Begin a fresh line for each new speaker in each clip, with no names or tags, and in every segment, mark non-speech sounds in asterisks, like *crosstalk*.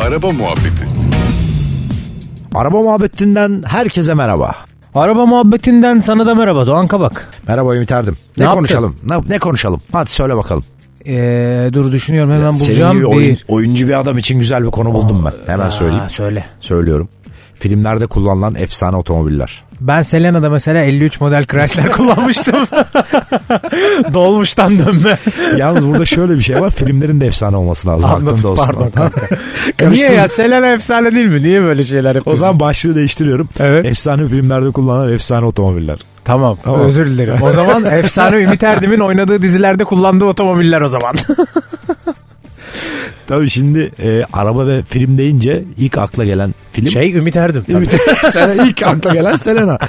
Araba muhabbeti.
Araba muhabbetinden herkese merhaba.
Araba muhabbetinden sana da merhaba Doğan Kabak.
Merhaba Ümit Erdim. Ne,
Ne yaptın?
konuşalım? Ne, ne konuşalım? Hadi söyle bakalım.
Ee, dur düşünüyorum hemen
Senin
bulacağım.
gibi oyun-
bir...
oyuncu bir adam için güzel bir konu buldum ben. Hemen söyleyeyim.
Ha, söyle.
Söylüyorum. Filmlerde kullanılan efsane otomobiller.
Ben Selena'da mesela 53 model Chrysler *laughs* kullanmıştım. Dolmuştan dönme.
*laughs* Yalnız burada şöyle bir şey var. Filmlerin de efsane olması lazım.
Anladım,
Aklında olsun.
pardon *laughs* kanka. Niye
Karıştırdın.
ya Selena efsane değil mi? Niye böyle şeyler
O
yapıyorsun?
zaman başlığı değiştiriyorum.
Evet.
Efsane filmlerde kullanılan efsane otomobiller.
Tamam,
Tamam.
özür dilerim. O zaman efsane Ümit Erdem'in oynadığı dizilerde kullandığı otomobiller o zaman.
Tabii şimdi e, araba ve film deyince ilk akla gelen film.
*laughs* şey Ümit Erdem. Tabii.
Ümit, *laughs* Selen- ilk akla gelen Selena. *laughs*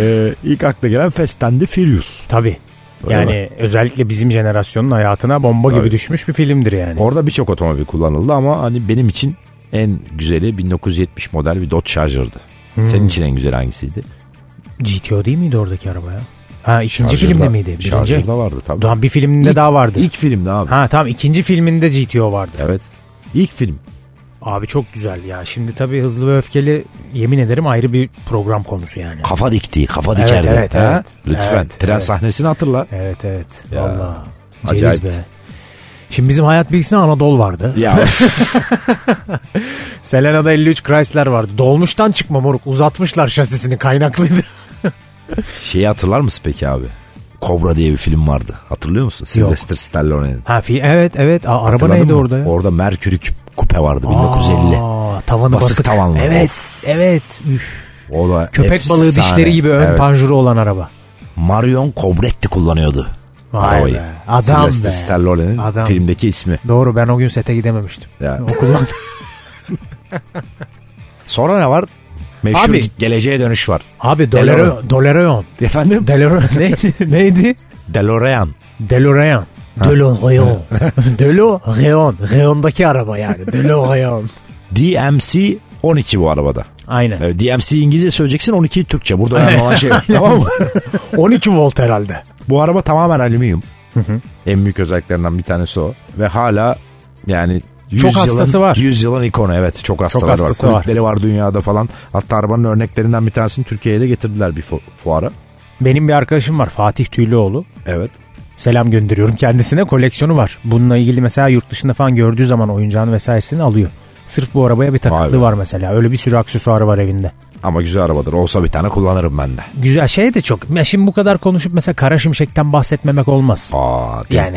E, ilk akla gelen Fast and the Furious.
Tabii.
Öyle
yani
mi?
özellikle bizim jenerasyonun hayatına bomba gibi düşmüş bir filmdir yani.
Orada birçok otomobil kullanıldı ama hani benim için en güzeli 1970 model bir Dodge Charger'dı.
Hmm.
Senin için en güzel hangisiydi?
GTO değil miydi oradaki araba ya? Ha ikinci
Charger'da-
filmde miydi? Birinci.
Charger'da vardı tabii.
Daha bir filminde
İlk-
daha vardı.
İlk filmdi abi.
Ha tamam ikinci filminde GTO vardı.
Evet. İlk film.
Abi çok güzel ya. Şimdi tabii Hızlı ve Öfkeli yemin ederim ayrı bir program konusu yani.
Kafa diktiği, kafa
Evet,
dikerdi.
evet,
Ha?
evet.
Lütfen.
Evet,
Tren
evet.
sahnesini hatırla.
Evet evet.
Ya,
Valla.
acayip.
Ceviz be. Şimdi bizim hayat bilgisinde Anadolu vardı.
Ya *laughs*
Selena'da 53 Chrysler vardı. Dolmuştan çıkma moruk. Uzatmışlar şasisini kaynaklıydı. *laughs*
şeyi hatırlar mısın peki abi? Kobra diye bir film vardı. Hatırlıyor musun? Sylvester Stallone'nin.
Ha fi evet evet. Aa, araba
Hatırladın
neydi
mı?
orada ya?
Orada Mercury küp- kupe vardı 1950.
Aa, tavanı
Basık
basık.
tavanlı.
Evet
Of.
evet. Üf.
O da
Köpek balığı
efsane.
dişleri gibi ön
Evet.
panjuru olan araba.
Marion Cobretti kullanıyordu.
Vay
arabayı.
be. Adam
Sylvester
be.
Stallone'nin
Adam.
filmdeki ismi.
Doğru ben o gün sete gidememiştim.
Ya.
*laughs* Okuldan.
Sonra ne var? Meşhur
Abi.
geleceğe dönüş var.
Abi
Deloro.
Dolero, Dolereon.
Efendim?
Deloro *laughs* neydi? neydi?
DeLorean.
DeLorean. *laughs* DeLorean. DeLorean. Reon'daki araba yani. DeLorean.
DMC 12 bu arabada. E,
Aynen.
Evet, DMC İngilizce söyleyeceksin 12 Türkçe. Burada önemli olan
*laughs*
şey. tamam mı?
12 volt herhalde.
Bu araba tamamen alüminyum. en büyük özelliklerinden bir tanesi o. Ve hala yani 100
Çok
yılın,
hastası var.
100 yılın ikonu evet çok hastaları
hastası
var.
var.
Kulüpleri var. dünyada falan. Hatta arabanın örneklerinden bir tanesini Türkiye'ye de getirdiler bir fu- fuara.
Benim bir arkadaşım var Fatih Tüylüoğlu.
Evet.
Selam gönderiyorum kendisine koleksiyonu var. Bununla ilgili mesela yurt dışında falan gördüğü zaman oyuncağını vesairesini alıyor. Sırf bu arabaya bir
Vay
takıntılı
be.
var mesela. Öyle bir sürü aksesuarı var evinde.
Ama güzel arabadır. Olsa bir tane kullanırım ben de.
Güzel şey de çok. Ya şimdi bu kadar konuşup mesela Kara Şimşek'ten bahsetmemek olmaz.
Aa,
Yani.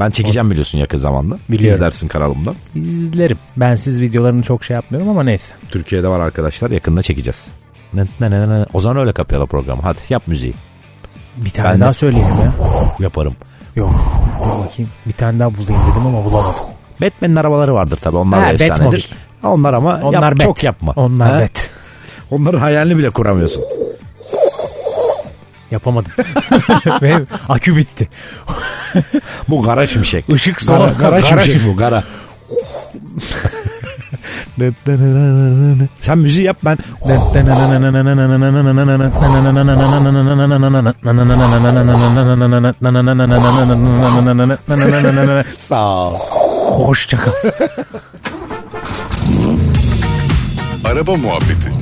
Ben çekeceğim biliyorsun yakın zamanda.
Biliyorum.
İzlersin kanalımda.
İzlerim. Ben siz videolarını çok şey yapmıyorum ama neyse.
Türkiye'de var arkadaşlar yakında çekeceğiz. O zaman öyle kapayalım programı. Hadi yap müziği.
Bir tane
Ben de-
daha söyleyelim ya.
Yaparım.
Yok. Dur bakayım. Bir tane daha bulayım dedim ama bulamadım.
Batman'in arabaları vardır tabii. Onlar
Ha,
da efsanedir.
Batmobile.
Onlar ama yap-
Onlar bet.
çok yapma.
Onlar
Ha?
bet.
Onların hayalini bile kuramıyorsun.
Yapamadım. *laughs* Benim akü bitti.
Bu kara şimşek.
Işık
Kara,
sola.
kara, şimşek bu kara.
*laughs*
Sen müziği yap ben. *laughs* Sağ ol.
Hoşçakal.
Araba muhabbeti.